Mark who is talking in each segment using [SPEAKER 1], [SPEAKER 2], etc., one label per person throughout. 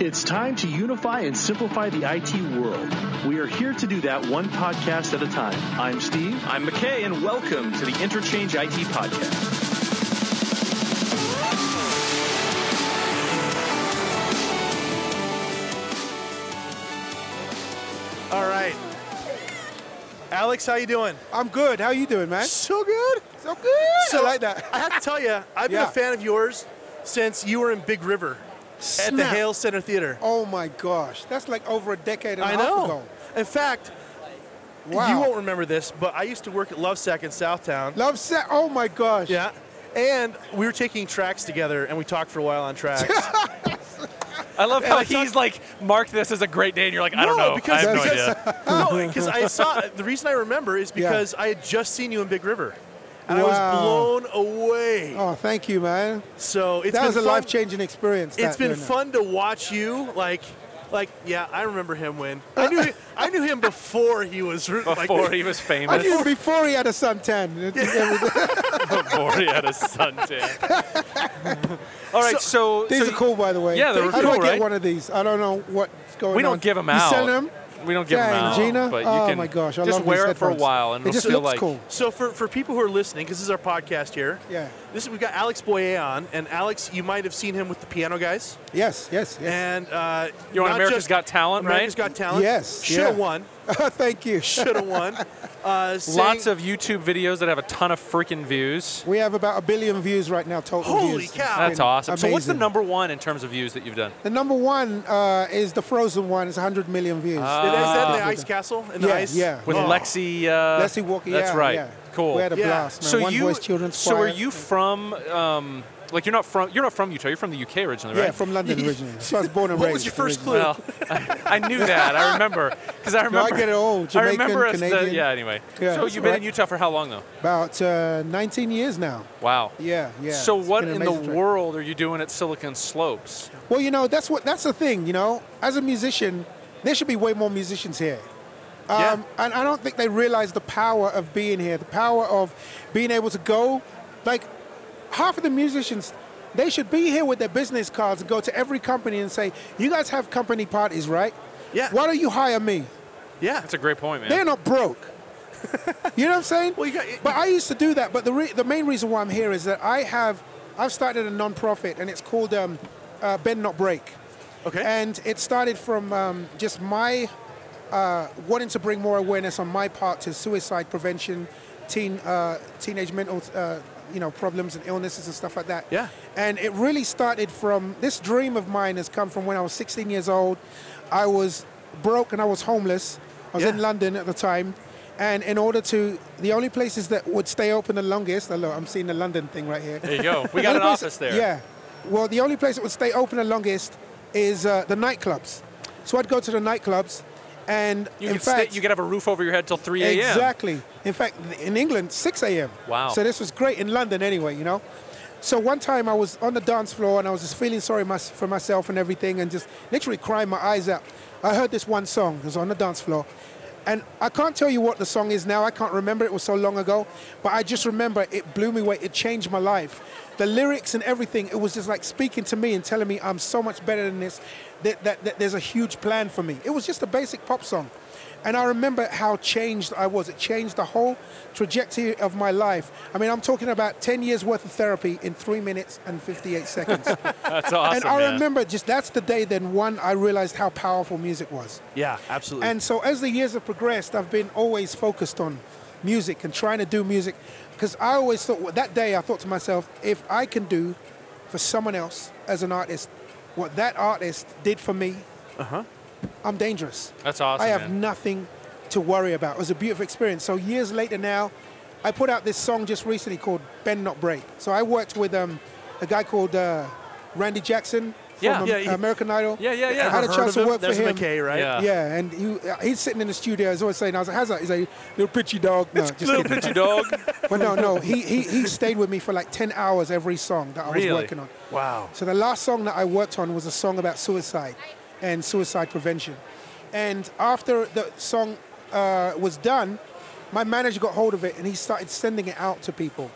[SPEAKER 1] It's time to unify and simplify the IT world. We are here to do that one podcast at a time. I'm Steve.
[SPEAKER 2] I'm McKay, and welcome to the Interchange IT Podcast.
[SPEAKER 3] All right. Alex, how you doing?
[SPEAKER 4] I'm good. How you doing, man?
[SPEAKER 3] So good.
[SPEAKER 4] So good.
[SPEAKER 3] So
[SPEAKER 4] I like that.
[SPEAKER 3] I have to tell you, I've been
[SPEAKER 4] Yeah.
[SPEAKER 3] a fan of yours since you were in Big River at the
[SPEAKER 4] Snap.
[SPEAKER 3] Hale Center Theater.
[SPEAKER 4] Oh my gosh, that's like over a decade and a
[SPEAKER 3] I
[SPEAKER 4] half
[SPEAKER 3] know.
[SPEAKER 4] ago.
[SPEAKER 3] In fact,
[SPEAKER 4] Wow.
[SPEAKER 3] you won't remember this, but I used to work at Lovesac in Southtown.
[SPEAKER 4] Love set. Oh my gosh.
[SPEAKER 3] yeah. And we were taking tracks together, and we talked for a while on tracks.
[SPEAKER 5] I love how
[SPEAKER 3] I thought-
[SPEAKER 5] he's like marked this as a great day, and you're like, I don't
[SPEAKER 3] No,
[SPEAKER 5] know.
[SPEAKER 3] because-
[SPEAKER 5] I have no
[SPEAKER 4] because-
[SPEAKER 5] idea.
[SPEAKER 3] no, because I saw the reason I remember is
[SPEAKER 4] Yeah.
[SPEAKER 3] because I had just seen you in Big River, and I
[SPEAKER 4] Wow.
[SPEAKER 3] was blown away.
[SPEAKER 4] Oh, thank you, man.
[SPEAKER 3] So it's
[SPEAKER 4] that
[SPEAKER 3] been
[SPEAKER 4] was a
[SPEAKER 3] fun-
[SPEAKER 4] life-changing experience.
[SPEAKER 3] It's
[SPEAKER 4] that,
[SPEAKER 3] been
[SPEAKER 4] doing that.
[SPEAKER 3] fun to watch you, like, like yeah, I remember him when
[SPEAKER 4] Uh,
[SPEAKER 3] I knew I knew him before he was re- like,
[SPEAKER 5] Before he was
[SPEAKER 4] I
[SPEAKER 5] famous,
[SPEAKER 4] knew him before he had a suntan.
[SPEAKER 5] before he had a suntan. All right, so,
[SPEAKER 4] These
[SPEAKER 5] so
[SPEAKER 4] are cool, by the way.
[SPEAKER 5] Yeah, they were
[SPEAKER 4] How do
[SPEAKER 5] cool,
[SPEAKER 4] I get
[SPEAKER 5] right?
[SPEAKER 4] one of these? I don't know what's going on.
[SPEAKER 5] We don't give 'em out.
[SPEAKER 4] You selling them?
[SPEAKER 5] We don't give
[SPEAKER 4] Dang,
[SPEAKER 5] them out,
[SPEAKER 4] Gina.
[SPEAKER 5] but you
[SPEAKER 4] oh
[SPEAKER 5] can
[SPEAKER 4] my gosh, I
[SPEAKER 5] just
[SPEAKER 4] love
[SPEAKER 5] wear
[SPEAKER 4] these
[SPEAKER 5] it for a
[SPEAKER 4] headphones.
[SPEAKER 5] while, and
[SPEAKER 4] it
[SPEAKER 5] it'll
[SPEAKER 4] just
[SPEAKER 5] feel
[SPEAKER 4] looks
[SPEAKER 5] like-
[SPEAKER 4] cool.
[SPEAKER 3] So for, for people who are listening, because this is our podcast here.
[SPEAKER 4] Yeah.
[SPEAKER 3] This we've got Alex Boyer on, and Alex, you might have seen him with the Piano Guys,
[SPEAKER 4] Yes, yes, yes.
[SPEAKER 3] and uh,
[SPEAKER 5] You're on
[SPEAKER 3] not
[SPEAKER 5] America's
[SPEAKER 3] just-
[SPEAKER 5] Got Talent, right?
[SPEAKER 3] America's Got Talent.
[SPEAKER 4] Yes,
[SPEAKER 3] Should have
[SPEAKER 4] yeah.
[SPEAKER 3] won.
[SPEAKER 4] Thank you.
[SPEAKER 3] Should have won. Uh, saying-
[SPEAKER 5] lots of YouTube videos that have a ton of freaking views.
[SPEAKER 4] We have about a billion views right now total.
[SPEAKER 3] Holy
[SPEAKER 4] views.
[SPEAKER 3] cow.
[SPEAKER 5] That's awesome. So what's the
[SPEAKER 4] amazing.
[SPEAKER 5] number one in terms of views that you've done?
[SPEAKER 4] The number one uh, is the Frozen one. It's 100 million views.
[SPEAKER 3] Is that in the Ice Castle in the
[SPEAKER 4] Yeah,
[SPEAKER 3] ice?
[SPEAKER 4] yeah.
[SPEAKER 5] uh, With
[SPEAKER 3] Oh.
[SPEAKER 5] Lexi. Uh,
[SPEAKER 4] Leslie Walker.
[SPEAKER 5] That's
[SPEAKER 4] yeah,
[SPEAKER 5] right.
[SPEAKER 4] yeah.
[SPEAKER 5] Cool.
[SPEAKER 4] We had a
[SPEAKER 3] Yeah.
[SPEAKER 4] blast, man.
[SPEAKER 5] so
[SPEAKER 4] one
[SPEAKER 5] you,
[SPEAKER 4] Voice Children's
[SPEAKER 5] so are
[SPEAKER 4] Choir.
[SPEAKER 5] you from? Um, like you're not from you're not from Utah. You're from the UK originally,
[SPEAKER 4] Yeah,
[SPEAKER 5] right?
[SPEAKER 4] from London originally. So I was born and
[SPEAKER 3] What
[SPEAKER 4] raised.
[SPEAKER 3] was your first
[SPEAKER 4] originally.
[SPEAKER 3] clue?
[SPEAKER 5] Well, I, I knew that. I remember because
[SPEAKER 4] No,
[SPEAKER 5] I
[SPEAKER 4] I
[SPEAKER 5] remember.
[SPEAKER 4] get it all.
[SPEAKER 5] I
[SPEAKER 4] Jamaican,
[SPEAKER 5] remember us
[SPEAKER 4] Canadian.
[SPEAKER 5] The, yeah. Anyway,
[SPEAKER 4] Yeah,
[SPEAKER 5] so
[SPEAKER 4] that's
[SPEAKER 5] you've been in
[SPEAKER 4] right.
[SPEAKER 5] Utah for how long though?
[SPEAKER 4] About uh, 19 years now.
[SPEAKER 5] Wow.
[SPEAKER 4] Yeah, yeah.
[SPEAKER 5] So
[SPEAKER 4] It's
[SPEAKER 5] what
[SPEAKER 4] been an
[SPEAKER 5] in the
[SPEAKER 4] amazing trip.
[SPEAKER 5] world are you doing at Silicon Slopes?
[SPEAKER 4] Well, you know, that's what that's the thing. You know, as a musician, there should be way more musicians here. Um,
[SPEAKER 3] Yeah.
[SPEAKER 4] And I don't think they realize the power of being here, the power of being able to go. Like half of the musicians, they should be here with their business cards and go to every company and say, "You guys have company parties, right?
[SPEAKER 3] Yeah.
[SPEAKER 4] Why don't you hire me?
[SPEAKER 3] Yeah.
[SPEAKER 5] That's a great point, man.
[SPEAKER 4] They're not broke." you know what I'm saying?
[SPEAKER 3] Well, you got-
[SPEAKER 4] but I used to do that. But the re- the main reason why I'm here is that I have I've started a non-profit and it's called um, uh, Bend Not Break.
[SPEAKER 3] Okay.
[SPEAKER 4] And it started from um, just my uh, wanting to bring more awareness on my part to suicide prevention, teen uh, teenage mental uh, you know problems and illnesses and stuff like that.
[SPEAKER 3] Yeah.
[SPEAKER 4] And it really started from this dream of mine has come from when I was 16 years old. I was broke and I was homeless. I was
[SPEAKER 3] Yeah.
[SPEAKER 4] in London at the time. And in order to, the only places that would stay open the longest, hello, I'm seeing the London thing right here.
[SPEAKER 5] there you go. We got
[SPEAKER 4] The
[SPEAKER 5] an
[SPEAKER 4] only place-
[SPEAKER 5] office there.
[SPEAKER 4] Yeah. Well, the only place that would stay open the longest is uh, the nightclubs. So I'd go to the nightclubs, and
[SPEAKER 5] You
[SPEAKER 4] in
[SPEAKER 5] could
[SPEAKER 4] fact,
[SPEAKER 5] stay, you could have a roof over your head till 3 a.m.
[SPEAKER 4] exactly. In fact, th- in England, 6 a.m.
[SPEAKER 5] Wow.
[SPEAKER 4] So this was great in London, anyway. You know. So one time I was on the dance floor and I was just feeling sorry mys- for myself and everything, and just literally crying my eyes out. I heard this one song. It was on the dance floor. And I can't tell you what the song is now. I can't remember. It was so long ago. But I just remember it blew me away. It changed my life. The lyrics and everything, it was just like speaking to me and telling me I'm so much better than this, that, that, that there's a huge plan for me. It was just a basic pop song. And I remember how changed I was. It changed the whole trajectory of my life. I mean, I'm talking about 10 years worth of therapy in three minutes and 58 seconds.
[SPEAKER 5] That's awesome.
[SPEAKER 4] and I
[SPEAKER 5] man.
[SPEAKER 4] remember just that's the day then, one, I realized how powerful music was.
[SPEAKER 3] Yeah. Absolutely.
[SPEAKER 4] And so as the years have progressed, I've been always focused on music and trying to do music. Because I always thought, well, that day I thought to myself, if I can do for someone else as an artist what that artist did for me, I'm dangerous.
[SPEAKER 5] That's awesome,
[SPEAKER 4] I have
[SPEAKER 5] man.
[SPEAKER 4] nothing to worry about. It was a beautiful experience. So years later now, I put out this song just recently called Bend Not Break. So I worked with um, a guy called uh, Randy Jackson from
[SPEAKER 5] Yeah,
[SPEAKER 4] Am-
[SPEAKER 3] yeah, he-
[SPEAKER 4] American Idol.
[SPEAKER 5] Yeah, yeah, yeah.
[SPEAKER 4] I had a
[SPEAKER 3] Heard
[SPEAKER 4] chance
[SPEAKER 3] of
[SPEAKER 4] to
[SPEAKER 3] him?
[SPEAKER 4] work
[SPEAKER 3] There's
[SPEAKER 4] for him.
[SPEAKER 3] McKay, right?
[SPEAKER 5] Yeah.
[SPEAKER 4] Yeah, and he, uh, he's sitting in the studio. He's always saying, "I was like, how's that?" He's like, "Little pitchy dog." No, just
[SPEAKER 5] Little
[SPEAKER 4] kidding.
[SPEAKER 5] pitchy dog.
[SPEAKER 4] But no, no, he, he he stayed with me for like ten hours every song that I was
[SPEAKER 5] Really?
[SPEAKER 4] working on.
[SPEAKER 3] Wow.
[SPEAKER 4] So the last song that I worked on was a song about suicide and suicide prevention. And after the song uh, was done, my manager got hold of it and he started sending it out to people.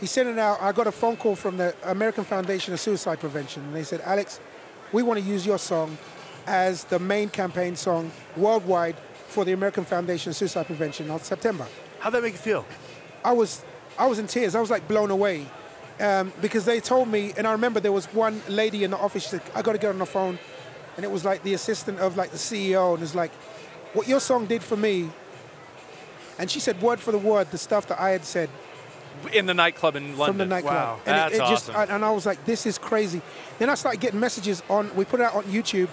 [SPEAKER 4] He sent it out. I got a phone call from the American Foundation of Suicide Prevention, and they said, "Alex, we want to use your song as the main campaign song worldwide for the American Foundation of Suicide Prevention on September.
[SPEAKER 3] How'd that make you feel?
[SPEAKER 4] I was, I was in tears. I was like blown away um, because they told me, and I remember there was one lady in the office. That I got to get on the phone, and it was like the assistant of like the CEO, and it's like, what your song did for me. And she said word for the word the stuff that I had said
[SPEAKER 5] in the nightclub in London.
[SPEAKER 4] from the nightclub.
[SPEAKER 5] Wow,
[SPEAKER 4] and
[SPEAKER 5] that's
[SPEAKER 4] it, it just,
[SPEAKER 5] awesome.
[SPEAKER 4] and- and I was like, this is crazy. Then I started getting messages on, we put it out on YouTube.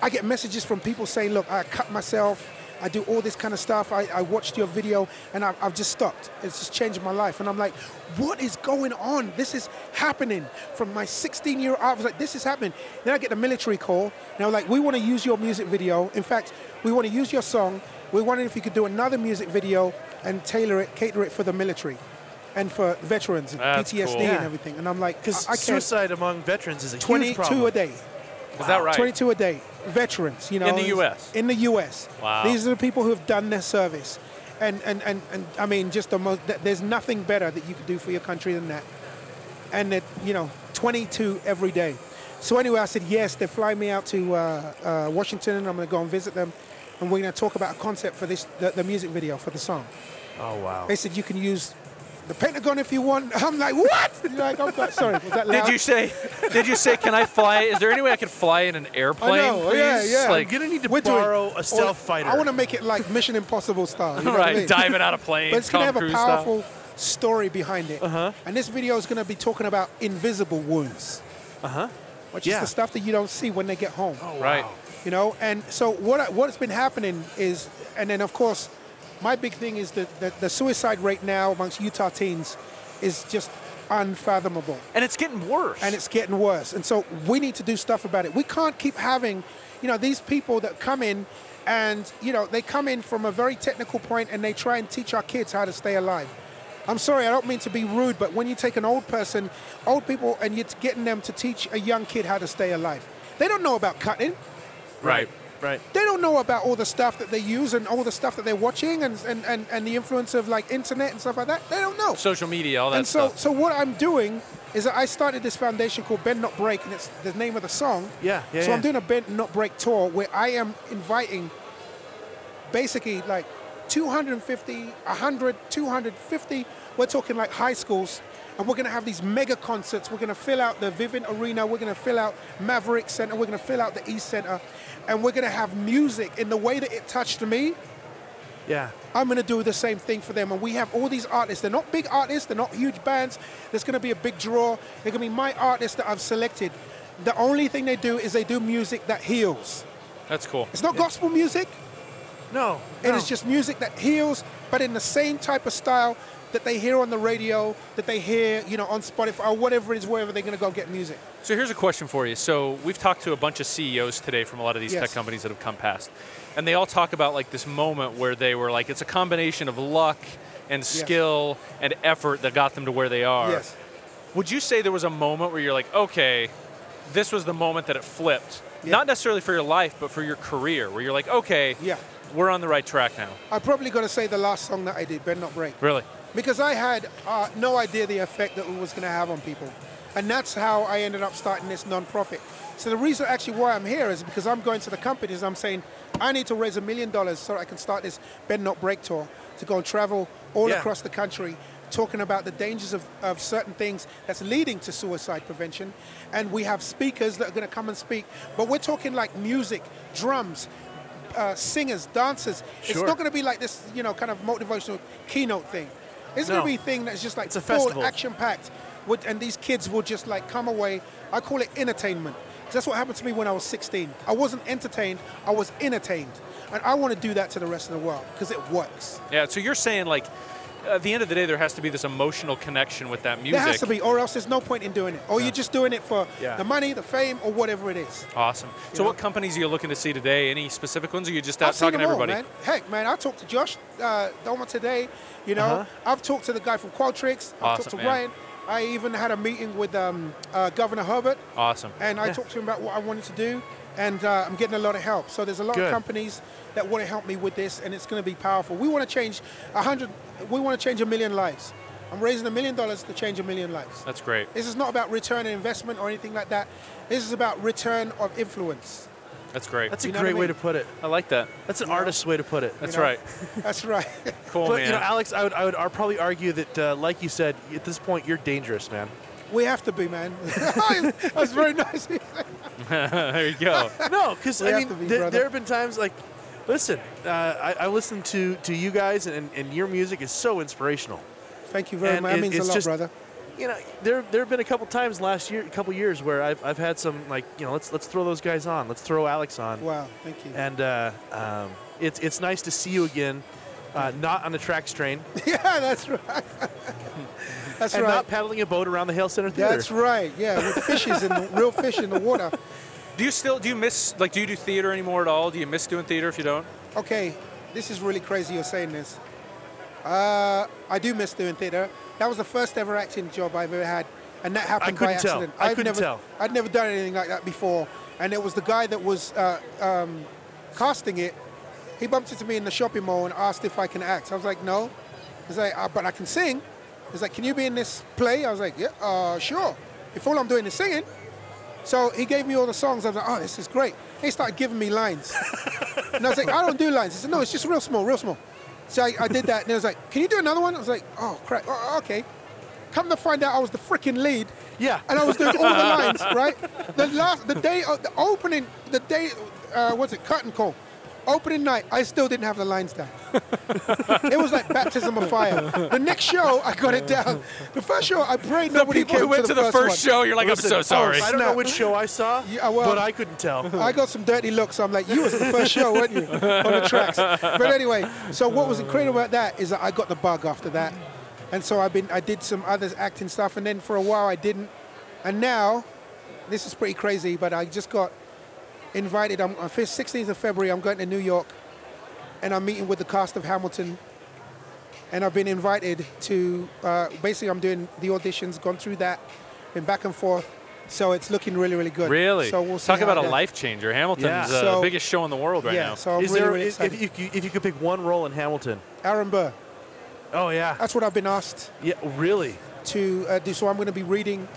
[SPEAKER 4] I get messages from people saying, look, I cut myself. I do all this kind of stuff. I, I watched your video and I, I've just stopped. It's just changed my life. And I'm like, what is going on? This is happening. From my 16 year old, I was like, this is happening. Then I get the military call. And they're like, we want to use your music video. In fact, we want to use your song. We're wondering if you could do another music video and tailor it, cater it for the military and for veterans and
[SPEAKER 5] That's
[SPEAKER 4] PTSD
[SPEAKER 5] cool.
[SPEAKER 4] and
[SPEAKER 3] Yeah.
[SPEAKER 4] everything. And I'm like,
[SPEAKER 3] Because
[SPEAKER 4] I, I can't.
[SPEAKER 3] suicide among veterans is a huge
[SPEAKER 4] 22
[SPEAKER 3] problem.
[SPEAKER 4] a day.
[SPEAKER 5] Is that right?
[SPEAKER 4] 22 a day. Veterans, you know.
[SPEAKER 5] the US?
[SPEAKER 4] In the U.S.
[SPEAKER 5] Wow.
[SPEAKER 4] These are the people who have done their service. And, and, and, and I mean, just the most, th- there's nothing better that you could do for your country than that. And that, you know, 22 every day. So anyway, I said, yes, they fly me out to uh, uh, Washington and I'm going to go and visit them. And we're going to talk about a concept for this, the, the music video for the song.
[SPEAKER 3] Oh wow.
[SPEAKER 4] They said you can use the Pentagon if you want. I'm like, what? like, I'm like, sorry, was that loud?
[SPEAKER 5] Did you say? Did you say? Can I fly? Is there any way I could fly in an airplane?
[SPEAKER 4] know, yeah,
[SPEAKER 5] please?
[SPEAKER 4] yeah.
[SPEAKER 5] Like,
[SPEAKER 3] You're gonna need to
[SPEAKER 4] We're doing-
[SPEAKER 3] borrow a stealth
[SPEAKER 4] or-
[SPEAKER 3] fighter.
[SPEAKER 4] I want to make it like Mission Impossible style. You know what I
[SPEAKER 5] right,
[SPEAKER 4] mean?
[SPEAKER 5] diving out of planes.
[SPEAKER 4] But it's
[SPEAKER 5] Tom
[SPEAKER 4] gonna have a
[SPEAKER 5] Cruise
[SPEAKER 4] powerful
[SPEAKER 5] style.
[SPEAKER 4] story behind it. Uh-huh. And this video is going to be talking about invisible wounds. Uh-huh. Which
[SPEAKER 3] Yeah.
[SPEAKER 4] is the stuff that you don't see when they get home.
[SPEAKER 5] Right.
[SPEAKER 4] You know, and so what, I- what's been happening is, and then of course, my big thing is that the, the suicide rate now amongst Utah teens is just unfathomable
[SPEAKER 5] And it's getting worse.
[SPEAKER 4] and it's getting worse. And so we need to do stuff about it. We can't keep having, you know, these people that come in and, you know, they come in from a very technical point and they try and teach our kids how to stay alive. I'm sorry, I don't mean to be rude, but when you take an old person, old people, and you're getting them to teach a young kid how to stay alive, they don't know about cutting
[SPEAKER 5] right.
[SPEAKER 3] Right.
[SPEAKER 4] they don't know about all the stuff that they use and all the stuff that they're watching and, and, and, and the influence of like internet and stuff like that. They don't know.
[SPEAKER 5] Social media, all that
[SPEAKER 4] and so,
[SPEAKER 5] stuff.
[SPEAKER 4] so what I'm doing is that I started this foundation called Bend Not Break, and it's the name of the song.
[SPEAKER 3] Yeah, yeah,
[SPEAKER 4] So I'm
[SPEAKER 3] yeah.
[SPEAKER 4] doing a Bend Not Break tour where I am inviting basically like 250, 100, 250. We're talking like high schools, and we're going to have these mega concerts. We're going to fill out the Vivint Arena. We're going to fill out Maverick Center. We're going to fill out the East Center, and we're going to have music in the way that it touched me.
[SPEAKER 3] Yeah.
[SPEAKER 4] I'm going to do the same thing for them. And we have all these artists. They're not big artists. They're not huge bands. There's going to be a big draw. They're going to be my artists that I've selected. The only thing they do is they do music that heals.
[SPEAKER 5] That's cool.
[SPEAKER 4] It's not gospel music.
[SPEAKER 3] No.
[SPEAKER 4] It is just music that heals, but in the same type of style that they hear on the radio, that they hear, you know, on Spotify or whatever it is, wherever they're going to go get music.
[SPEAKER 5] So here's a question for you. So we've talked to a bunch of CEOs today from a lot of these
[SPEAKER 4] Yes.
[SPEAKER 5] tech companies that have come past, and they all talk about like this moment where they were like, it's a combination of luck and skill and effort that got them to where they are.
[SPEAKER 4] Yes.
[SPEAKER 5] Would you say there was a moment where you're like, okay, this was the moment that it flipped?
[SPEAKER 4] Yeah.
[SPEAKER 5] Not necessarily for your life, but for your career, where you're like, okay,
[SPEAKER 4] Yeah.
[SPEAKER 5] we're on the right track now.
[SPEAKER 4] I probably got to say the last song that I did, Bend Not Break.
[SPEAKER 5] Really?
[SPEAKER 4] because I had uh, no idea the effect that it was going to have on people. And that's how I ended up starting this nonprofit. So the reason actually why I'm here is because I'm going to the companies. I'm saying I need to raise a million dollars so I can start this Bend Not Break tour to go and travel all
[SPEAKER 3] Yeah.
[SPEAKER 4] across the country, talking about the dangers of, of certain things that's leading to suicide prevention. And we have speakers that are going to come and speak. But we're talking like music, drums, uh, singers, dancers. It's
[SPEAKER 3] Sure.
[SPEAKER 4] not going to be like this, you know, kind of motivational keynote thing. It's going
[SPEAKER 3] No.
[SPEAKER 4] to be a thing that's just like
[SPEAKER 3] It's a
[SPEAKER 4] full
[SPEAKER 3] festival.
[SPEAKER 4] action-packed, with, and these kids will just like come away. I call it entertainment. 'Cause That's what happened to me when I was 16. I wasn't entertained. I was entertained, and I want to do that to the rest of the world because it works.
[SPEAKER 5] Yeah. So you're saying like, at the end of the day, there has to be this emotional connection with that music.
[SPEAKER 4] There has to be, or else there's no point in doing it. Or you're just doing it for
[SPEAKER 3] Yeah.
[SPEAKER 4] the money, the fame, or whatever it is.
[SPEAKER 5] Awesome. So,
[SPEAKER 4] know?
[SPEAKER 5] what companies are you looking to see today? Any specific ones? Or are you just out
[SPEAKER 4] I've seen
[SPEAKER 5] talking to
[SPEAKER 4] them all,
[SPEAKER 5] everybody?
[SPEAKER 4] man. Heck, man, I talked to Josh uh, Doma today. You know, I've talked to the guy from Qualtrics. I've
[SPEAKER 5] Uh-huh. Awesome,
[SPEAKER 4] talked to
[SPEAKER 5] man.
[SPEAKER 4] Ryan. I even had a meeting with um, uh, Governor Herbert,
[SPEAKER 5] Awesome.
[SPEAKER 4] and I talked to him about what I wanted to do. And uh, I'm getting a lot of help. So there's a lot
[SPEAKER 3] Good.
[SPEAKER 4] of companies that want to help me with this, and it's going to be powerful. We want to change a hundred. We want to change a million lives. I'm raising a million dollars to change a million lives.
[SPEAKER 5] That's great.
[SPEAKER 4] This is not about return on investment or anything like that. This is about return of influence.
[SPEAKER 5] That's great.
[SPEAKER 3] That's
[SPEAKER 5] That's,
[SPEAKER 3] a
[SPEAKER 4] You know
[SPEAKER 3] great
[SPEAKER 4] what I
[SPEAKER 3] way to
[SPEAKER 4] mean?
[SPEAKER 3] put it.
[SPEAKER 5] I like that.
[SPEAKER 3] That's an artist's way to put it.
[SPEAKER 5] That's
[SPEAKER 4] know?
[SPEAKER 5] right.
[SPEAKER 4] That's right.
[SPEAKER 5] Cool,
[SPEAKER 3] but
[SPEAKER 5] man.
[SPEAKER 3] you know, Alex, I would, I would, I'd probably argue that, uh, like you said, at this point, you're dangerous, man.
[SPEAKER 4] we have to be, man. That's very nice.
[SPEAKER 5] there you go.
[SPEAKER 3] No, because
[SPEAKER 4] We
[SPEAKER 3] I
[SPEAKER 4] have
[SPEAKER 3] mean,
[SPEAKER 4] to be,
[SPEAKER 3] th-
[SPEAKER 4] brother.
[SPEAKER 3] there have been times like, listen, uh, I, I listen to to you guys, and, and your music is so inspirational.
[SPEAKER 4] Thank you very
[SPEAKER 3] And
[SPEAKER 4] much. That
[SPEAKER 3] it-
[SPEAKER 4] means a
[SPEAKER 3] it's
[SPEAKER 4] lot,
[SPEAKER 3] just-
[SPEAKER 4] brother.
[SPEAKER 3] You know, there there have been a couple times last year, a couple years where I've, I've had some like, you know, let's let's throw those guys on, let's throw Alex on,
[SPEAKER 4] Wow, thank you.
[SPEAKER 3] and uh, um, it's it's nice to see you again, uh, not on the track strain,
[SPEAKER 4] yeah, that's right. That's
[SPEAKER 3] and
[SPEAKER 4] right.
[SPEAKER 3] not paddling a boat around the Hale Center Theater.
[SPEAKER 4] that's right. Yeah, with fishes in the, real fish in the water.
[SPEAKER 5] Do you still do you miss like do you do theater anymore at all? Do you miss doing theater if you don't?
[SPEAKER 4] Okay, this is really crazy. You're saying this. Uh, I do miss doing theatre. That was the first ever acting job I've ever had, and that happened by
[SPEAKER 3] couldn't tell.
[SPEAKER 4] accident.
[SPEAKER 3] I
[SPEAKER 4] I'd
[SPEAKER 3] couldn't
[SPEAKER 4] never,
[SPEAKER 3] tell.
[SPEAKER 4] I'd never done anything like that before, and it was the guy that was uh, um, casting it. He bumped into me in the shopping mall and asked if I can act. I was like, no. He's like, uh, but I can sing. He's like, can you be in this play? I was like, yeah, uh, sure. If all I'm doing is singing. So he gave me all the songs. I was like, oh, this is great. He started giving me lines. And I was like, I don't do lines. He said, no, it's just real small, real small. So I, I did that, and he was like, can you do another one? I was like, oh, crap, oh, okay. Come to find out, I was the freaking lead,
[SPEAKER 3] Yeah,
[SPEAKER 4] and I was doing all the lines, right? The last, the day, of the opening, the day, uh, what's it, curtain call, opening night, I still didn't have the lines down. it was like baptism of fire. The next show, I got it down. The first show, I prayed
[SPEAKER 5] The
[SPEAKER 4] nobody
[SPEAKER 5] people
[SPEAKER 4] came
[SPEAKER 5] who went to the first,
[SPEAKER 4] one.
[SPEAKER 5] show, you're like,
[SPEAKER 3] Listen,
[SPEAKER 5] I'm so sorry.
[SPEAKER 3] I don't know which show I saw,
[SPEAKER 4] Yeah, well-
[SPEAKER 3] but I couldn't tell.
[SPEAKER 4] I got some dirty looks. I'm like, you was at the first show, weren't you? On the tracks. But anyway, so what was incredible about that is that I got the bug after that, and so I've been I did some other acting stuff, and then for a while I didn't, and now, this is pretty crazy, but I just got invited. I'm on 16th of February. I'm going to New York, and I'm meeting with the cast of Hamilton. And I've been invited to uh, basically I'm doing the auditions, gone through that, been back and forth. So it's looking really, really good.
[SPEAKER 5] Really?
[SPEAKER 4] So we'll see
[SPEAKER 5] Talk
[SPEAKER 4] how
[SPEAKER 5] about
[SPEAKER 4] it
[SPEAKER 5] a
[SPEAKER 4] goes.
[SPEAKER 5] life changer. Hamilton's
[SPEAKER 3] Yeah.
[SPEAKER 5] uh, the
[SPEAKER 4] So-
[SPEAKER 5] biggest show in the world right
[SPEAKER 4] yeah,
[SPEAKER 5] now.
[SPEAKER 4] so I'm
[SPEAKER 3] Is
[SPEAKER 4] really,
[SPEAKER 3] there-
[SPEAKER 4] really
[SPEAKER 3] if,
[SPEAKER 4] excited.
[SPEAKER 3] if you, could- if you could pick one role in Hamilton?
[SPEAKER 4] Aaron Burr.
[SPEAKER 3] Oh yeah,
[SPEAKER 4] That's what I've been asked
[SPEAKER 3] yeah, really.
[SPEAKER 4] to uh, do. So I'm going to be reading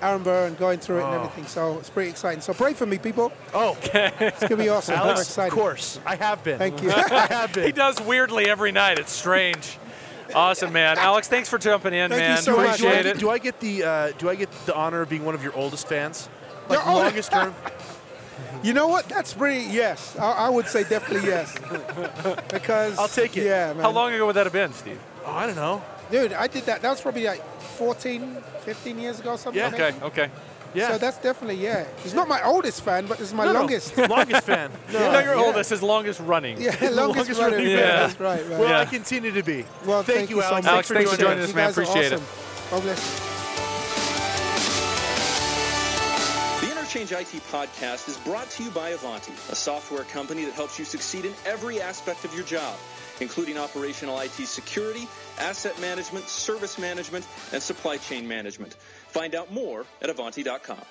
[SPEAKER 4] Aaron Burr and going through it and
[SPEAKER 3] Oh.
[SPEAKER 4] everything. So it's pretty exciting. So pray for me, people.
[SPEAKER 3] Oh,
[SPEAKER 4] It's going to be awesome. I'm
[SPEAKER 3] Alex, of
[SPEAKER 4] excited.
[SPEAKER 3] course, I have been.
[SPEAKER 4] Thank you.
[SPEAKER 3] I have
[SPEAKER 5] he
[SPEAKER 3] been.
[SPEAKER 5] does weirdly every night. It's strange. awesome, man. Alex, thanks for jumping in,
[SPEAKER 4] Thank you
[SPEAKER 5] man.
[SPEAKER 4] so
[SPEAKER 3] Do I, do, I
[SPEAKER 5] Appreciate
[SPEAKER 3] get,
[SPEAKER 5] it.
[SPEAKER 3] do I get the uh, do I get the honor of being one of your oldest fans? Like
[SPEAKER 4] Your old-
[SPEAKER 3] longest term.
[SPEAKER 4] You know what? That's pretty, yes. I, I would say definitely yes. Because.
[SPEAKER 3] I'll take it.
[SPEAKER 4] Yeah, man.
[SPEAKER 5] How long ago would that have been, Steve?
[SPEAKER 3] Oh, I don't know.
[SPEAKER 4] Dude, I did that. That was probably like 14, 15 years ago, something
[SPEAKER 3] Yeah.
[SPEAKER 4] like
[SPEAKER 5] Okay,
[SPEAKER 4] that.
[SPEAKER 5] okay.
[SPEAKER 3] Yeah.
[SPEAKER 4] So that's definitely, yeah. He's not my oldest fan, but this is my
[SPEAKER 3] No, no.
[SPEAKER 4] longest.
[SPEAKER 3] longest fan. No.
[SPEAKER 5] You know your oldest, as long as running.
[SPEAKER 4] Yeah, longest,
[SPEAKER 3] Longest
[SPEAKER 4] running
[SPEAKER 3] running
[SPEAKER 4] fan.
[SPEAKER 5] fan.
[SPEAKER 4] That's right, man.
[SPEAKER 3] Well,
[SPEAKER 5] Yeah.
[SPEAKER 3] I continue to be.
[SPEAKER 4] Well,
[SPEAKER 3] thank, you,
[SPEAKER 4] so
[SPEAKER 3] Alex.
[SPEAKER 4] much.
[SPEAKER 5] Alex, thanks for joining
[SPEAKER 4] You
[SPEAKER 5] us, man.
[SPEAKER 4] guys are
[SPEAKER 5] Appreciate it.
[SPEAKER 4] awesome. God bless.
[SPEAKER 2] The Interchange IT podcast is brought to you by Avanti, a software company that helps you succeed in every aspect of your job, including operational IT security, asset management, service management, and supply chain management. Find out more at Avanti.com.